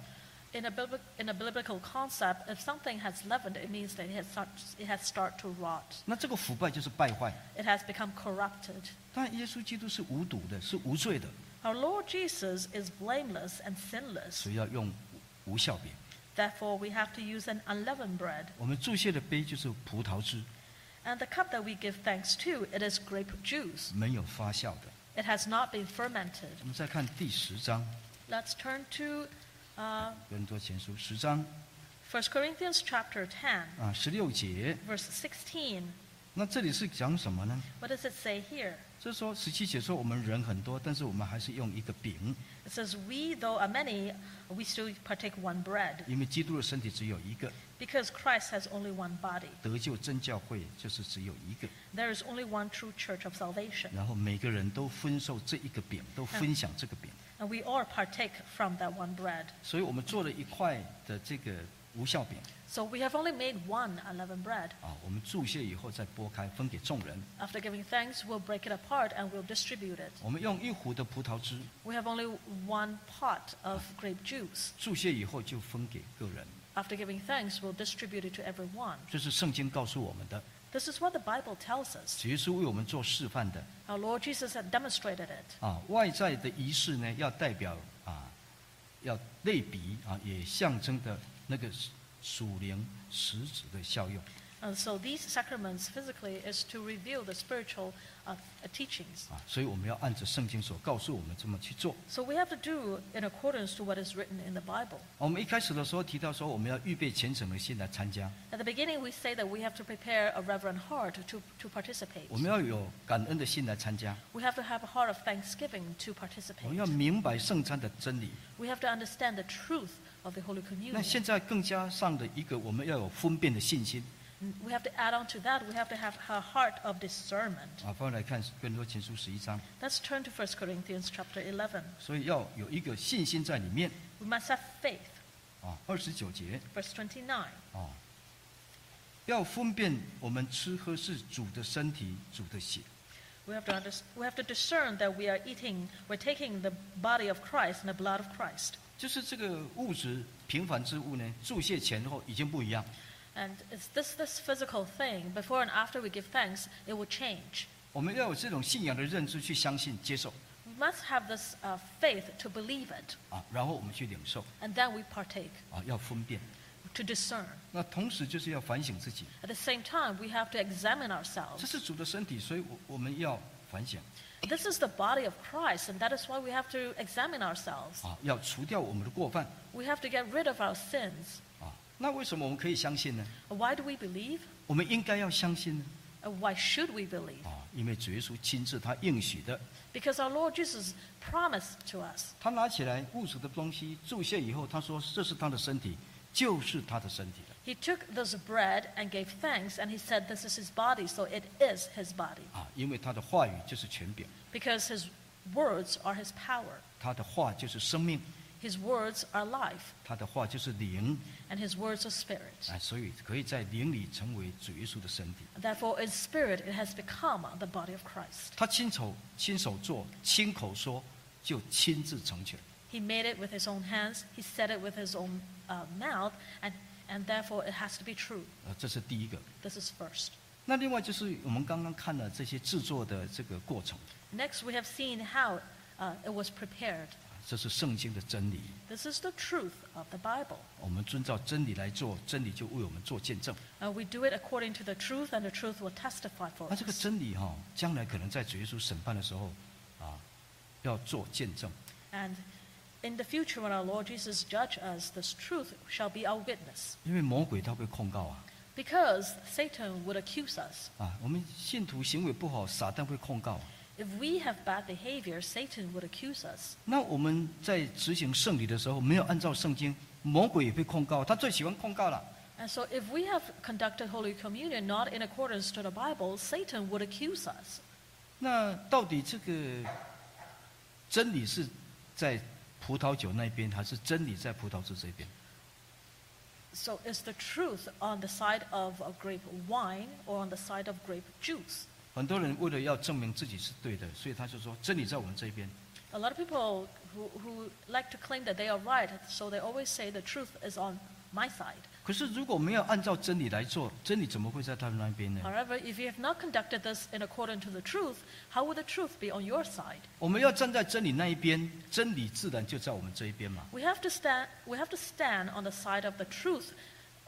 In a, bibli- in a biblical concept, if something has leavened, it means that it has, start, it has started to rot. 那这个腐败就是败坏。 It has become corrupted. 但耶稣基督是无毒的，是无罪的， Our Lord Jesus is blameless and sinless. 所以要用无无效饼。 Therefore, we have to use an unleavened bread. 我们注谢的杯就是葡萄汁， And the cup that we give thanks to, it is grape juice. 没有发酵的。 It has not been fermented. 我们再看第十章 Let's turn to uh, 哥林多前书十章1 Corinthians chapter 10, 啊十六节。 verse 16. 那这里是讲什么呢？ What does it say here? 这说十七节说我们人很多，但是我们还是用一个饼， It says, We, though are many, we still partake one bread, 因为基督的身体只有一个， because Christ has only one body. 得救真教会就是只有一个， There is only one true church of salvation, 然后每个人都分受这一个饼，都分享这个饼。 and we all partake from that one bread. 所以我们做了一块的这个无效饼 So we have only made one unleavened bread. 啊，我们注谢以后再剥开分给众人。 After giving thanks, we'll break it apart and we'll distribute it. 我们用一壶的葡萄汁 We have only one pot of grape juice. 注谢以后就分给个人， After giving thanks, we'll distribute it to everyone. 这是圣经告诉我们的， This is what the Bible tells us. 主耶稣为我们做示范的 Our Lord Jesus had demonstrated it. 啊。外在的仪式呢，要代表啊，要类比啊，也象征的那个属灵实质的效用 And so these sacraments physically is to reveal the spiritual uh, uh, teachings. 啊，所以我们要按着圣经所告诉我们这么去做。 So we have to do in accordance to what is written in the Bible. 我们一开始的时候提到说，我们要预备虔诚的心来参加， At the beginning, we say that we have to prepare a reverent heart to, to participate. 我们要有感恩的心来参加， We have to have a heart of thanksgiving to 我们 participate. 要明白圣餐的真理。 We have to understand the truth of the Holy 那 Communion. 现在更加上的一个，我们要有分辨的信心 We have to add on to that, we have to have a heart of discernment. 啊。翻回来看《更多前书》十一章， Let's turn to 1 Corinthians chapter 11. 所以要有一个信心在里面 We must have faith. 啊。二十九节 Verse 29. 啊，要分辨我们吃喝是主的身体、主的血。 We have, to under, we have to discern that we are eating, we're taking the body of Christ and the blood of Christ. 就是这个物质平凡之物呢，注泻前后已经不一样。 And it's this, this physical thing, before and after we give thanks, it will change. 我们要有这种信仰的认知去相信、接受 We must have this uh, faith to believe it, 啊，然后我们去领受 and then we partake, 啊，要分辨。 to discern. 那同时就是要反省自己， At the same time, we have to examine 这 ourselves. 是主的身体，所以我我们要反省 This is the body of Christ, and that is why we have to examine ourselves. 啊，要除掉我们的过犯 We have to get rid of our sins. 啊。那为什么我们可以相信呢？ Why do we believe? 我们应该要相信呢 And why should we believe? 啊，因为主耶稣亲自他应许的， Because our Lord Jesus promised to us. 他拿起来物质的东西注泻以后，他说这是他的身体，就是他的身体了 He took this bread and gave thanks, and he said, This is his body, so it is his body. 啊，因为他的话语就是权柄， Because his words are his power, 他的话就是生命， his words are life, 他的话就是灵 and his words are spirit. 啊，所以可以在灵里成为主耶稣的身体。 Therefore, in spirit, it has become the body of Christ. 他亲手亲手做，亲口说，就亲自成全。 He made it with his own hands, he said it with his own uh, mouth, and, and therefore it has to be true. 呃，这是第一个。 This is first. 那另外就是我们刚刚看了这些制作的这个过程， Next, we have seen how uh, it was prepared. 啊这是圣经的真理。 This is the truth of the Bible. 我们遵照真理来做，真理就为我们做见证。 Uh, we do it according to the truth, and the truth will testify for 那啊这个 us. 真理哈、将来可能在主耶稣审判的时候，啊，要做见证。 And in the future, when our Lord Jesus judge us, this truth shall be our witness. 因为魔鬼他会控告啊， Because Satan would accuse us. 啊，我们信徒行为不好，撒旦会控告、啊。 If we have bad behavior, Satan would accuse us. 那我们在执行圣礼的时候，没有按照圣经，魔鬼也会控告，他最喜欢控告了。 And so, if we have conducted Holy Communion not in accordance to the Bible, Satan would accuse us. 那到底这个真理是在葡萄酒那边，还是真理在葡萄汁这边？ So, is the truth on the side of a grape wine or on the side of grape juice? 很多人为了要证明自己是对的，所以他就说真理在我们这边， A lot of people who, who like to claim that they are right, so they always say the truth is on my side. 可是如果没有按照真理来做，真理怎么会在他们那边呢？ However, if you have not conducted this in accordance to the truth, how will the truth be on your side? 我们要站在真理那一边，真理自然就在我们这一边嘛。 We have to stand, we have to stand on the side of the truth,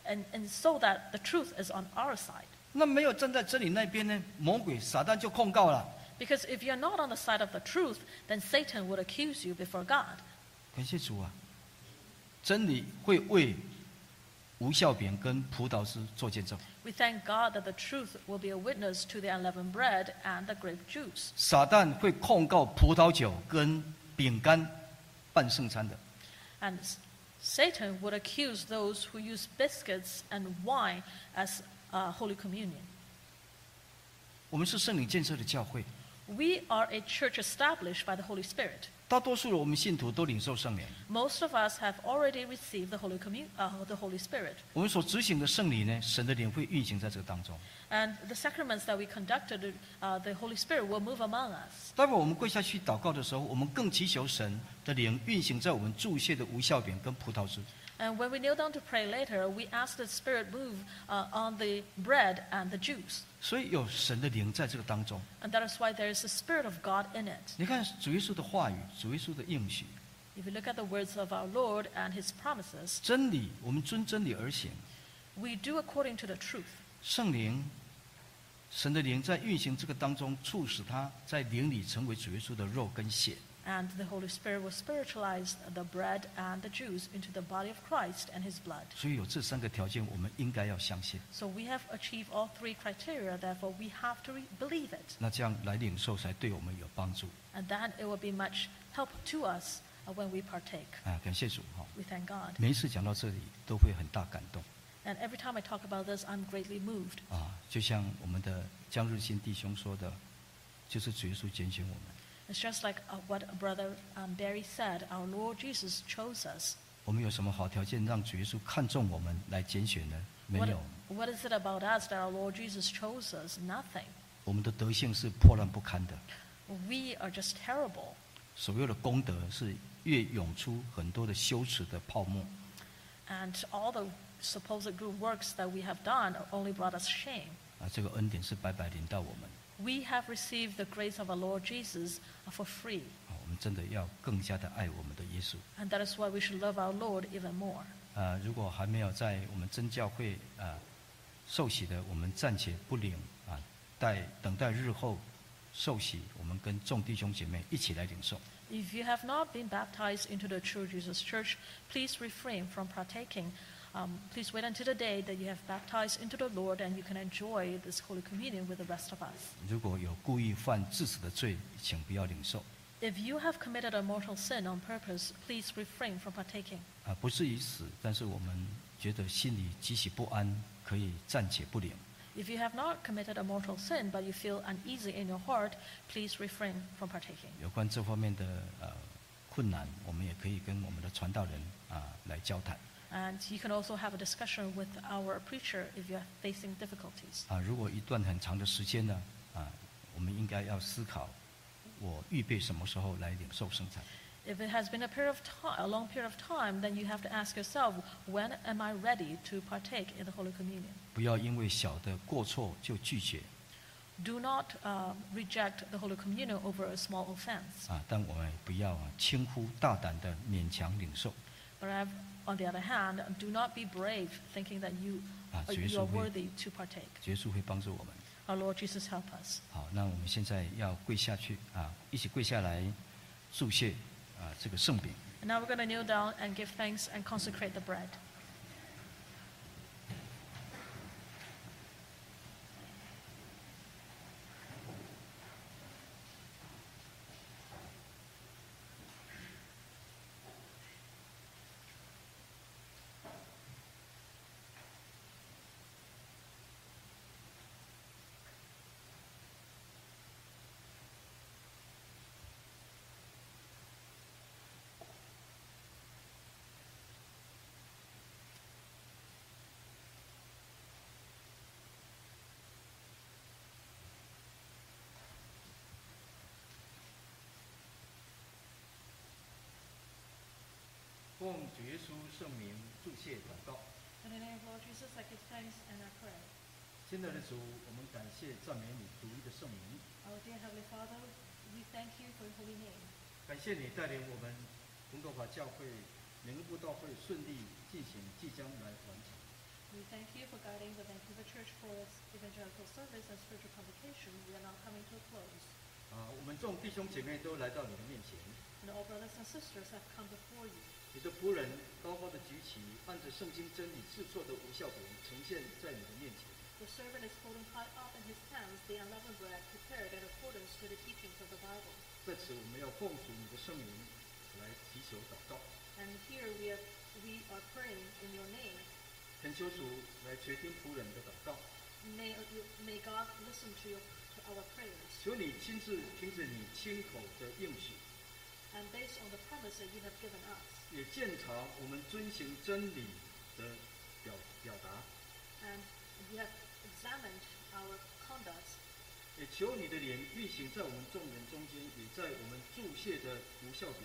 and, and so that the truth is on our side. 那没有站在真理那边呢，魔鬼撒旦就控告了。 Because if you're not on the side of the truth, then Satan would accuse you before God. 可感谢主啊！真理会为无效饼跟葡萄汁做见证。 We thank God that the truth will be a witness to the unleavened bread and the grape juice. 撒旦会控告葡萄酒跟饼干办圣餐的， And s- Satan would accuse those who use biscuits and wine as uh, Holy Communion. 我们是圣灵建设的教会， We are a church established by the Holy Spirit. 大多数的我们信徒都领受圣灵， Most of us have already received the Holy, Commun- uh, the Holy Spirit. 我们所执行的圣礼呢，神的灵会运行在这个当中。 And the sacraments that we conducted, uh, the Holy Spirit will move among us. 待会我们跪下去祷告的时候，我们更祈求神的灵运行在我们注谢的无效饼跟葡萄汁。 And when we kneel down to pray later, we ask the Spirit move uh, on the bread and the juice. 所以有神的灵在这个当中。 And that is why there is the Spirit of God in it. 你看主耶稣的话语，主耶稣的应许， If you look at the words of our Lord and His promises, 真理，我们遵真理而行。 we do according to the truth. 圣灵，神的灵在运行这个当中，促使他在灵里成为主耶稣的肉跟血。 And the Holy Spirit will spiritualize the bread and the juice into the body of Christ and His blood. 所以有这三个条件，我们应该要相信。 So we have achieved all three criteria, therefore, we have to re- believe it. 那这样来领受才对我们有帮助 And then it will be much help to us uh, when we partake. 啊！感谢主哈、 We thank God. 每一次讲到这里都会很大感动 And every time I talk about this, I'm greatly moved. 啊！就像我们的江日新弟兄说的，就是主耶稣拣选我们， It's just like uh, what Brother um, Barry said our Lord Jesus chose us. 我们有什么好条件让主耶稣看中我们来拣选呢？没 What, 有， what is it about us that our Lord Jesus chose us? Nothing. 我们的德性是破烂不堪的， We are just terrible. 所有的功德是越涌出很多的羞耻的泡沫。 And all the supposed good works that we have done only brought us shame. 啊，这个恩典是白白临到我们， We have received the grace of our Lord Jesus for free. 啊，我们真的要更加的爱我们的耶稣。 And that is why we should love our Lord even more. 啊，如果还没有在我们真教会啊受洗的，我们暂且不领啊，待等待日后受洗，我们跟众弟兄姐妹一起来领受。 If you have not been baptized into the True Jesus Church, please refrain from partaking. Um, please wait until the day that you have baptized into the Lord and you can enjoy this Holy Communion with the rest of us. 如果有故意犯致死的罪，请不要领受。 If you have committed a mortal sin on purpose, please refrain from partaking. 啊，不至于死，但是我们觉得心里极其不安，可以暂且不领。 If you have not committed a mortal sin but you feel uneasy in your heart, please refrain from partaking. 有关这方面的呃困难，我们也可以跟我们的传道人啊来交谈。 And you can also have a discussion with our preacher if you're facing difficulties. 啊，如果一段很长的时间呢，啊，我们应该要思考，我预备什么时候来领受圣餐？ If it has been a period of time, a long period of time, then you have to ask yourself, when am I ready to partake in the Holy Communion? 不要因为小的过错就拒绝 Do not uh, reject the Holy Communion over a small offense. 啊，但我们也不要啊轻忽大胆的勉强领受 But I've, on the other hand, do not be brave, thinking that you, Ah, uh, you are 主耶稣会- worthy to partake. 耶稣会帮助我们。 Our Lord Jesus, help us. 好，那我们现在要跪下去啊，一起跪下来祝谢啊这个圣饼。 And now we're going to kneel down and give thanks and consecrate the bread. 奉主耶稣圣名祝谢祷告。 In the name of Lord Jesus, I give thanks and I pray. 亲爱的主，我们感谢赞美你独一的圣名， Our dear Heavenly Father, we thank you for your holy name. 感谢你带领我们红头法教会每个布道会顺利进行，即将来完成。 We thank you for guiding the Vancouver Church for its evangelical service and spiritual convocation. We are now coming to a close. 啊，我们众弟兄姐妹都来到你的面前， And all brothers and sisters have come before you. 你的仆人高高的举起，按着圣经真理制作的无效饼，呈现在你的面前。 The servant is holding high up in his hands the unleavened bread prepared in accordance to the teachings of the Bible. 在此，我们要奉主你的圣名来祈求祷告， And here we are, we are praying in your name. 恳求主来垂听仆人的祷告， May, may God listen to, your, to our prayers. 求你亲自凭着你亲口的应许， And based on the promise that you have given us, 也鉴察我们遵行真理的表表达， and you have examined our conduct, 也求你的脸运行在我们众人中间，也在我们注谢的无效饼，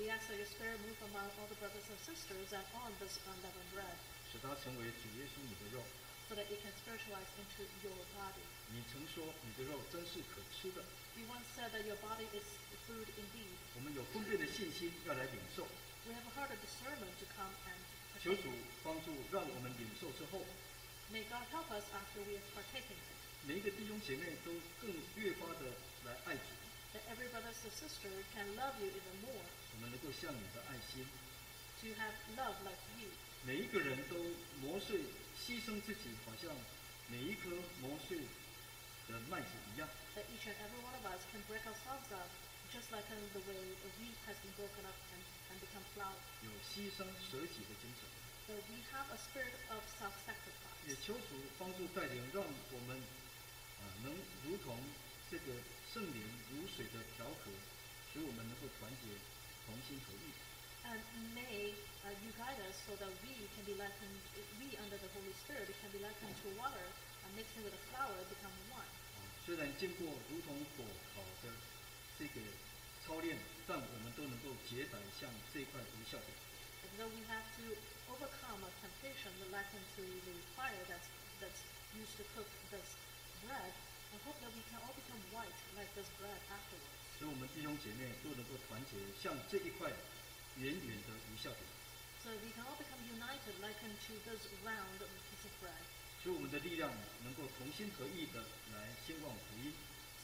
we ask that your spirit move among all the brothers and sisters and on this unleavened bread, 使它成为主耶稣你的肉。 so that it can spiritualize into your body. 你曾说你的肉真是可吃的， You once said that your body is food indeed. 我们有分辨的信心要来领受， We have heard of discernment to come and 求 partake. 主帮助，让我们领受之后， May God help us after we have partaken it, 每一个弟兄姐妹都更越发的来爱主， that every brother and sister can love you even more, 我们能够像你的爱心， to have love like you. 每一个人都磨碎、牺牲自己，好像每一颗磨碎的麦子一样。 that each and every one of us can break ourselves up, just like in the way a wheat has been broken up and, and become flour. 有牺牲舍己的精神， That we have a spirit of 也 self-sacrifice. 求主帮助带领，让我们啊、能如同这个圣灵如水的调和，使我们能够团结，同心合意。 And may uh, you guide us so that we can be likened, we under the Holy Spirit can be likened to water and mixing with the flour become one. 啊虽然经过如同火烤的这个操练，但我们都能够结胆向这块无效饼。 And though we have to overcome a temptation likened to the fire that's, that's used to cook this bread, I hope that we can all become white like this bread afterwards. 使我们弟兄姐妹都能够团结，像这一块圆圆的无效饼， So we can all become united like unto this round of piece of bread, 使我们的力量能够同心合意的来兴旺福音。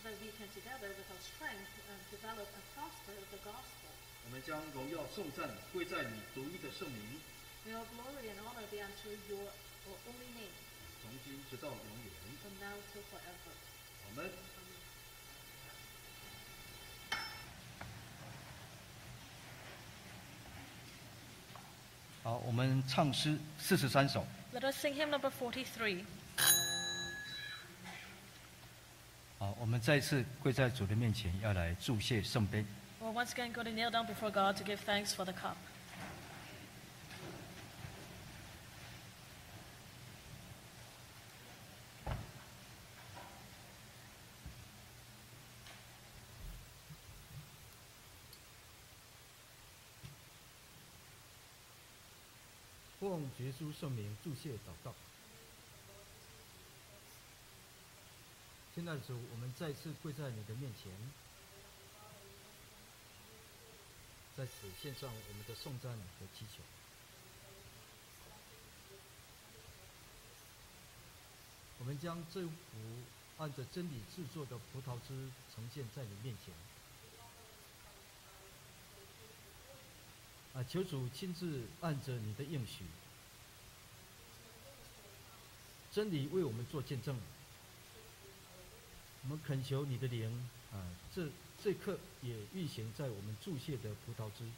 so that we can together with our strength um, develop and prosper the gospel. 我们将荣耀颂赞归在你独一的圣名， May all glory and honor be unto your your only name, 从今直到永远。 from now till forever. 我们 Amen. 好，我们唱诗四十三首。 Let us sing hymn number 43. 好，我们再一次跪在主的面前，要来祝谢圣杯。 We're once again going to kneel down before God to give thanks for the cup. 奉耶稣圣名祝谢祷告。现在主，我们再次跪在你的面前，在此献上我们的颂赞和祈求。我们将这幅按着真理制作的葡萄汁呈现在你面前。啊，求主亲自按着你的应许，真理为我们做见证。我们恳求你的灵啊，这这刻也运行在我们注谢的葡萄枝，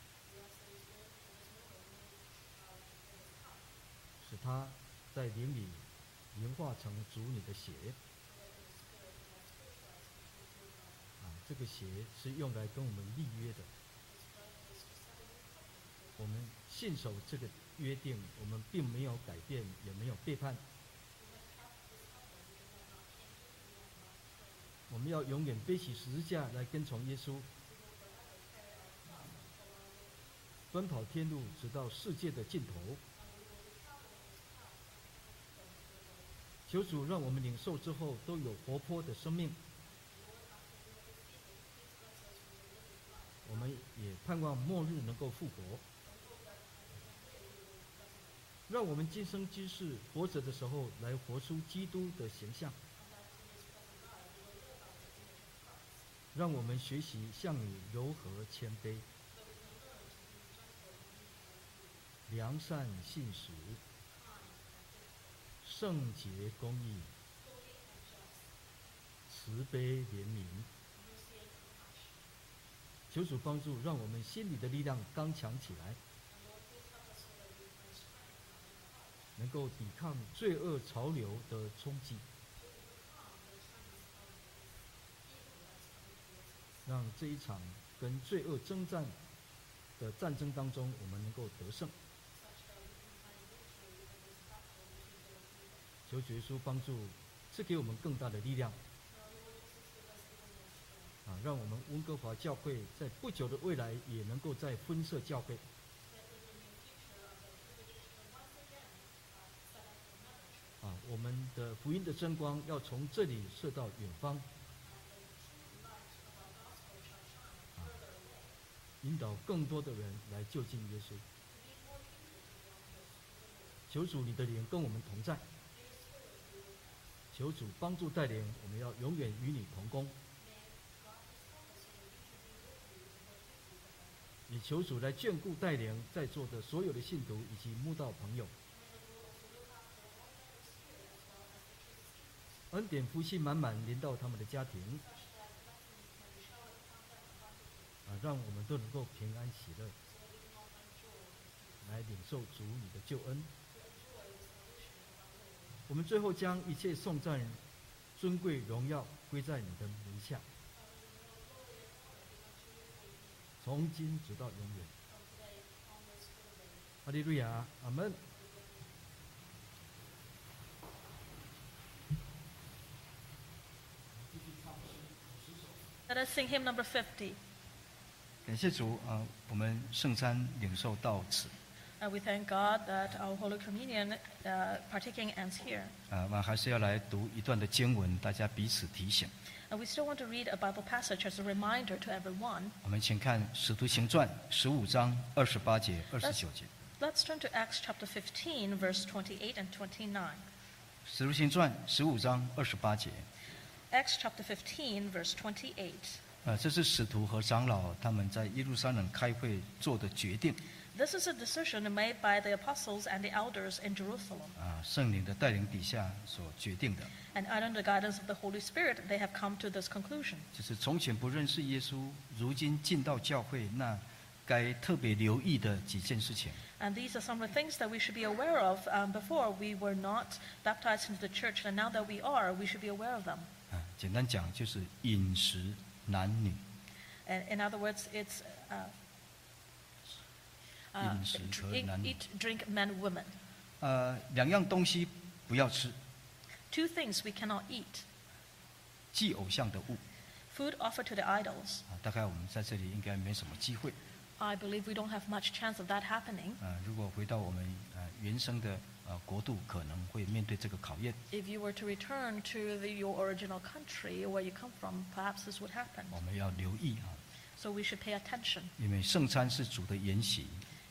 使它在灵里凝化成主你的血。啊，这个血是用来跟我们立约的。我们信守这个约定，我们并没有改变，也没有背叛。我们要永远背起十字架来跟从耶稣，奔跑天路，直到世界的尽头。求主让我们领受之后都有活泼的生命。我们也盼望末日能够复活。让我们今生今世活着的时候，来活出基督的形象，让我们学习向你柔和谦卑，良善信实，圣洁公义，慈悲怜悯。求主帮助，让我们心里的力量刚强起来，能够抵抗罪恶潮流的冲击。让这一场跟罪恶征战的战争当中，我们能够得胜。求主耶稣帮助，赐给我们更大的力量，啊，让我们温哥华教会在不久的未来也能够在分社教会，啊，我们的福音的真光要从这里射到远方。啊引导更多的人来就近耶稣。求主你的脸跟我们同在，求主帮助带领，我们要永远与你同工。也求主来眷顾带领在座的所有的信徒以及慕道朋友。恩典福气满满临到他们的家庭。啊，让我们都能够平安喜乐，来领受主你的救恩。我们最后将一切颂赞、尊贵、荣耀归在你的名下，从今直到永远。哈利路亚，阿门。 Let us sing hymn number 50. 感谢主啊、呃我们圣餐领受到此， And we thank God that our Holy Communion uh, partaking ends here. 啊、我还是要来读一段的经文，大家彼此提醒。 And we still want to read a Bible passage as a reminder to everyone. 我们请看《使徒行传》十五章二十八节、二十九节，《 Let's turn to Acts chapter 15, verse 28 and 29. 使徒行传》十五章二十八节。 Acts chapter 15, verse 28. 呃，这是使徒和长老他们在耶路撒冷开会做的决定 This is a decision made by the apostles and the elders in Jerusalem. 啊、圣灵的带领底下所决定的， And under the guidance of the Holy Spirit, they have come to this conclusion. 就是从前不认识耶稣，如今进到教会，那该特别留意的几件事情。 And these are some of the things that we should be aware of. Um, before we were not baptized into the church, and now that we are, we should be aware of them. 啊、简单讲就是饮食男女， And in other words, it's uh, uh, 饮食和 eat, 男女。 eat, drink, men, women. 呃，两样东西不要吃， Two things we cannot eat: 祭偶像的物 food offered to the idols. 啊、大概我们在这里应该没什么机会。 I believe we don't have much chance of that happening. 呃，如果回到我们呃原生的呃国度，可能会面对这个考验。 If you were to return to the, your original country where you come from, perhaps this would happen. 我们要留意啊， So we should pay attention 因为圣餐是主的言行，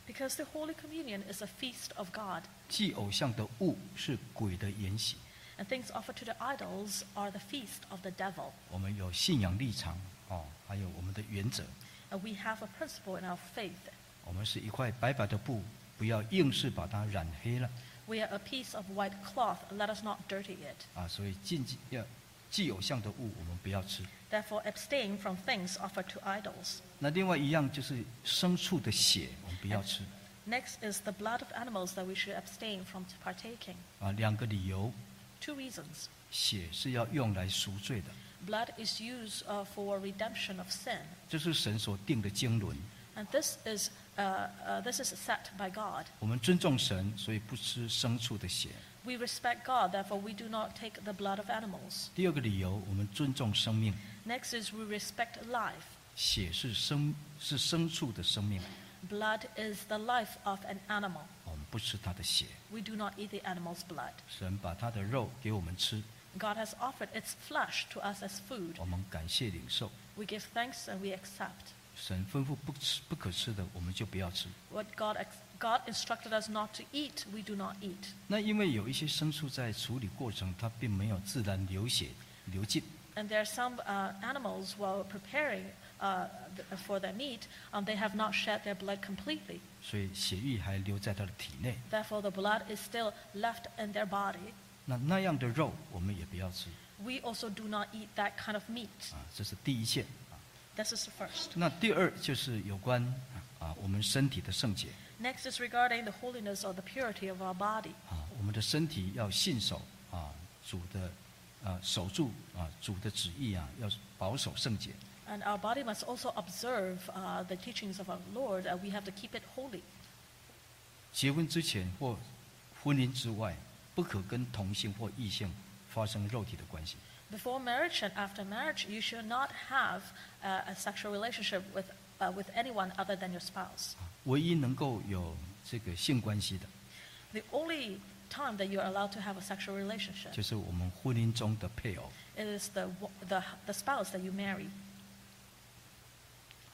because the Holy Communion is a feast of God. 祭偶像的物是鬼的言行。 And things offered to the idols are the feast of the devil. 我们有信仰立场哦，还有我们的原则。 And we have a principle in our faith. 我们是一块白白的布，不要硬是把它染黑了 We are a piece of white cloth, let us not dirty it. 啊。所以禁忌要祭偶像的物，我们不要吃。 Therefore, abstain from things offered to idols. 那另外一样就是牲畜的血，我们不要吃 Next is the blood of animals that we should abstain from partaking. 啊。两个理由， Two reasons. 血是要用来赎罪的， Blood is used uh, for redemption of sin, 这是神所定的经纶。 and this is, uh, uh, this is set by God. 我们尊重神，所以不吃牲畜的血。 We respect God, therefore, we do not take the blood of animals. 第二个理由，我们尊重生命， Next is we respect life. 血是生是牲畜的生命， Blood is the life of an animal. 我们不吃它的血。 We do not eat the animal's blood. 神把他的肉给我们吃， God has offered its flesh to us as food. 我们感谢领受。 We give thanks and we accept. 神吩咐不吃不可吃的，我们就不要吃。 What God, ex- God instructed us not to eat, we do not eat. 那因为有一些牲畜在处理过程，它并没有自然流血流尽， And there are some uh, animals, while preparing uh, th- for their meat, um, they have not shed their blood completely. 所以血液还留在他的体内。 Therefore, the blood is still left in their body. 那那样的肉我们也不要吃 We also do not eat that kind of meat. 啊，这是第一线啊。 This is the first. 那第二就是有关啊我们身体的圣洁 Next is regarding the holiness or the purity of our body. 啊，我们的身体要信守啊主的啊守住啊主的旨意啊，要保守圣洁。 And our body must also observe uh, the teachings of our Lord. Uh, we have to keep it holy. 结婚之前或婚姻之外，不可跟同性或异性发生肉体的关系。 Before marriage and after marriage, you should not have uh, a sexual relationship with, uh, with anyone other than your spouse. 唯一能够有这个性关系的， The only time that you're allowed to have a sexual relationship 就是我们婚姻中的配偶。 is the, wo- the, the spouse that you marry.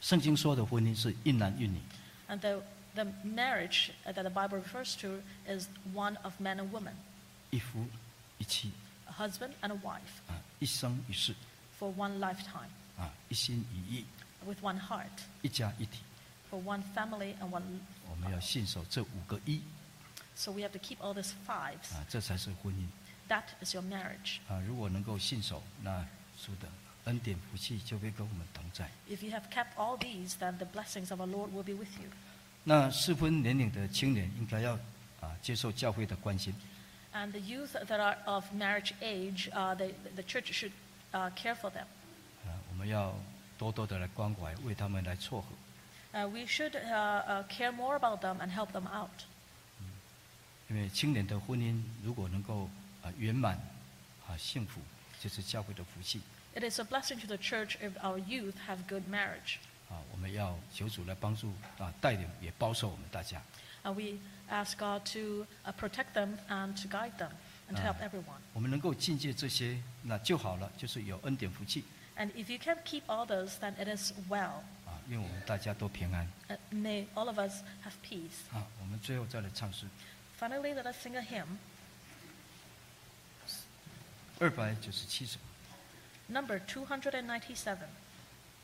圣经说的婚姻是一男一女， And the, the marriage that the Bible refers to is one of man and woman, 一夫一妻 a husband and a wife, 啊，一生一世 for one lifetime, 啊，一心一意， with one heart, 一家一体。 for one family and one. 我们要信守这五个一 So we have to keep all these fives. 啊，这才是婚姻 That is your marriage. 啊。如果能够信守，那主的恩典福气就会跟我们同在。 If you have kept all these, then the blessings of our Lord will be with you. 那适婚年龄的青年应该要啊接受教会的关心， And the youth that are of marriage age, uh, they, the church should uh, care for them. 啊，我们要多多的来关怀，为他们来撮合。 Uh, we should uh, uh, care more about them and help them out. 因为青年的婚姻如果能够啊圆满啊幸福，就是教会的福气 It is a blessing to the church if our youth have good marriage. 啊。我们要求主来帮助啊带领，也保守我们大家。 And we ask God to uh, protect them and to guide them and to help everyone. 我们能够境界这些，那就好了，就是有恩典福气 And if you can keep others, then it is well. 啊。愿我们大家都平安 Uh, may all of us have peace. 啊。我们最后再来唱诗 Finally, let us sing a hymn, 二百九十七首。 number 297.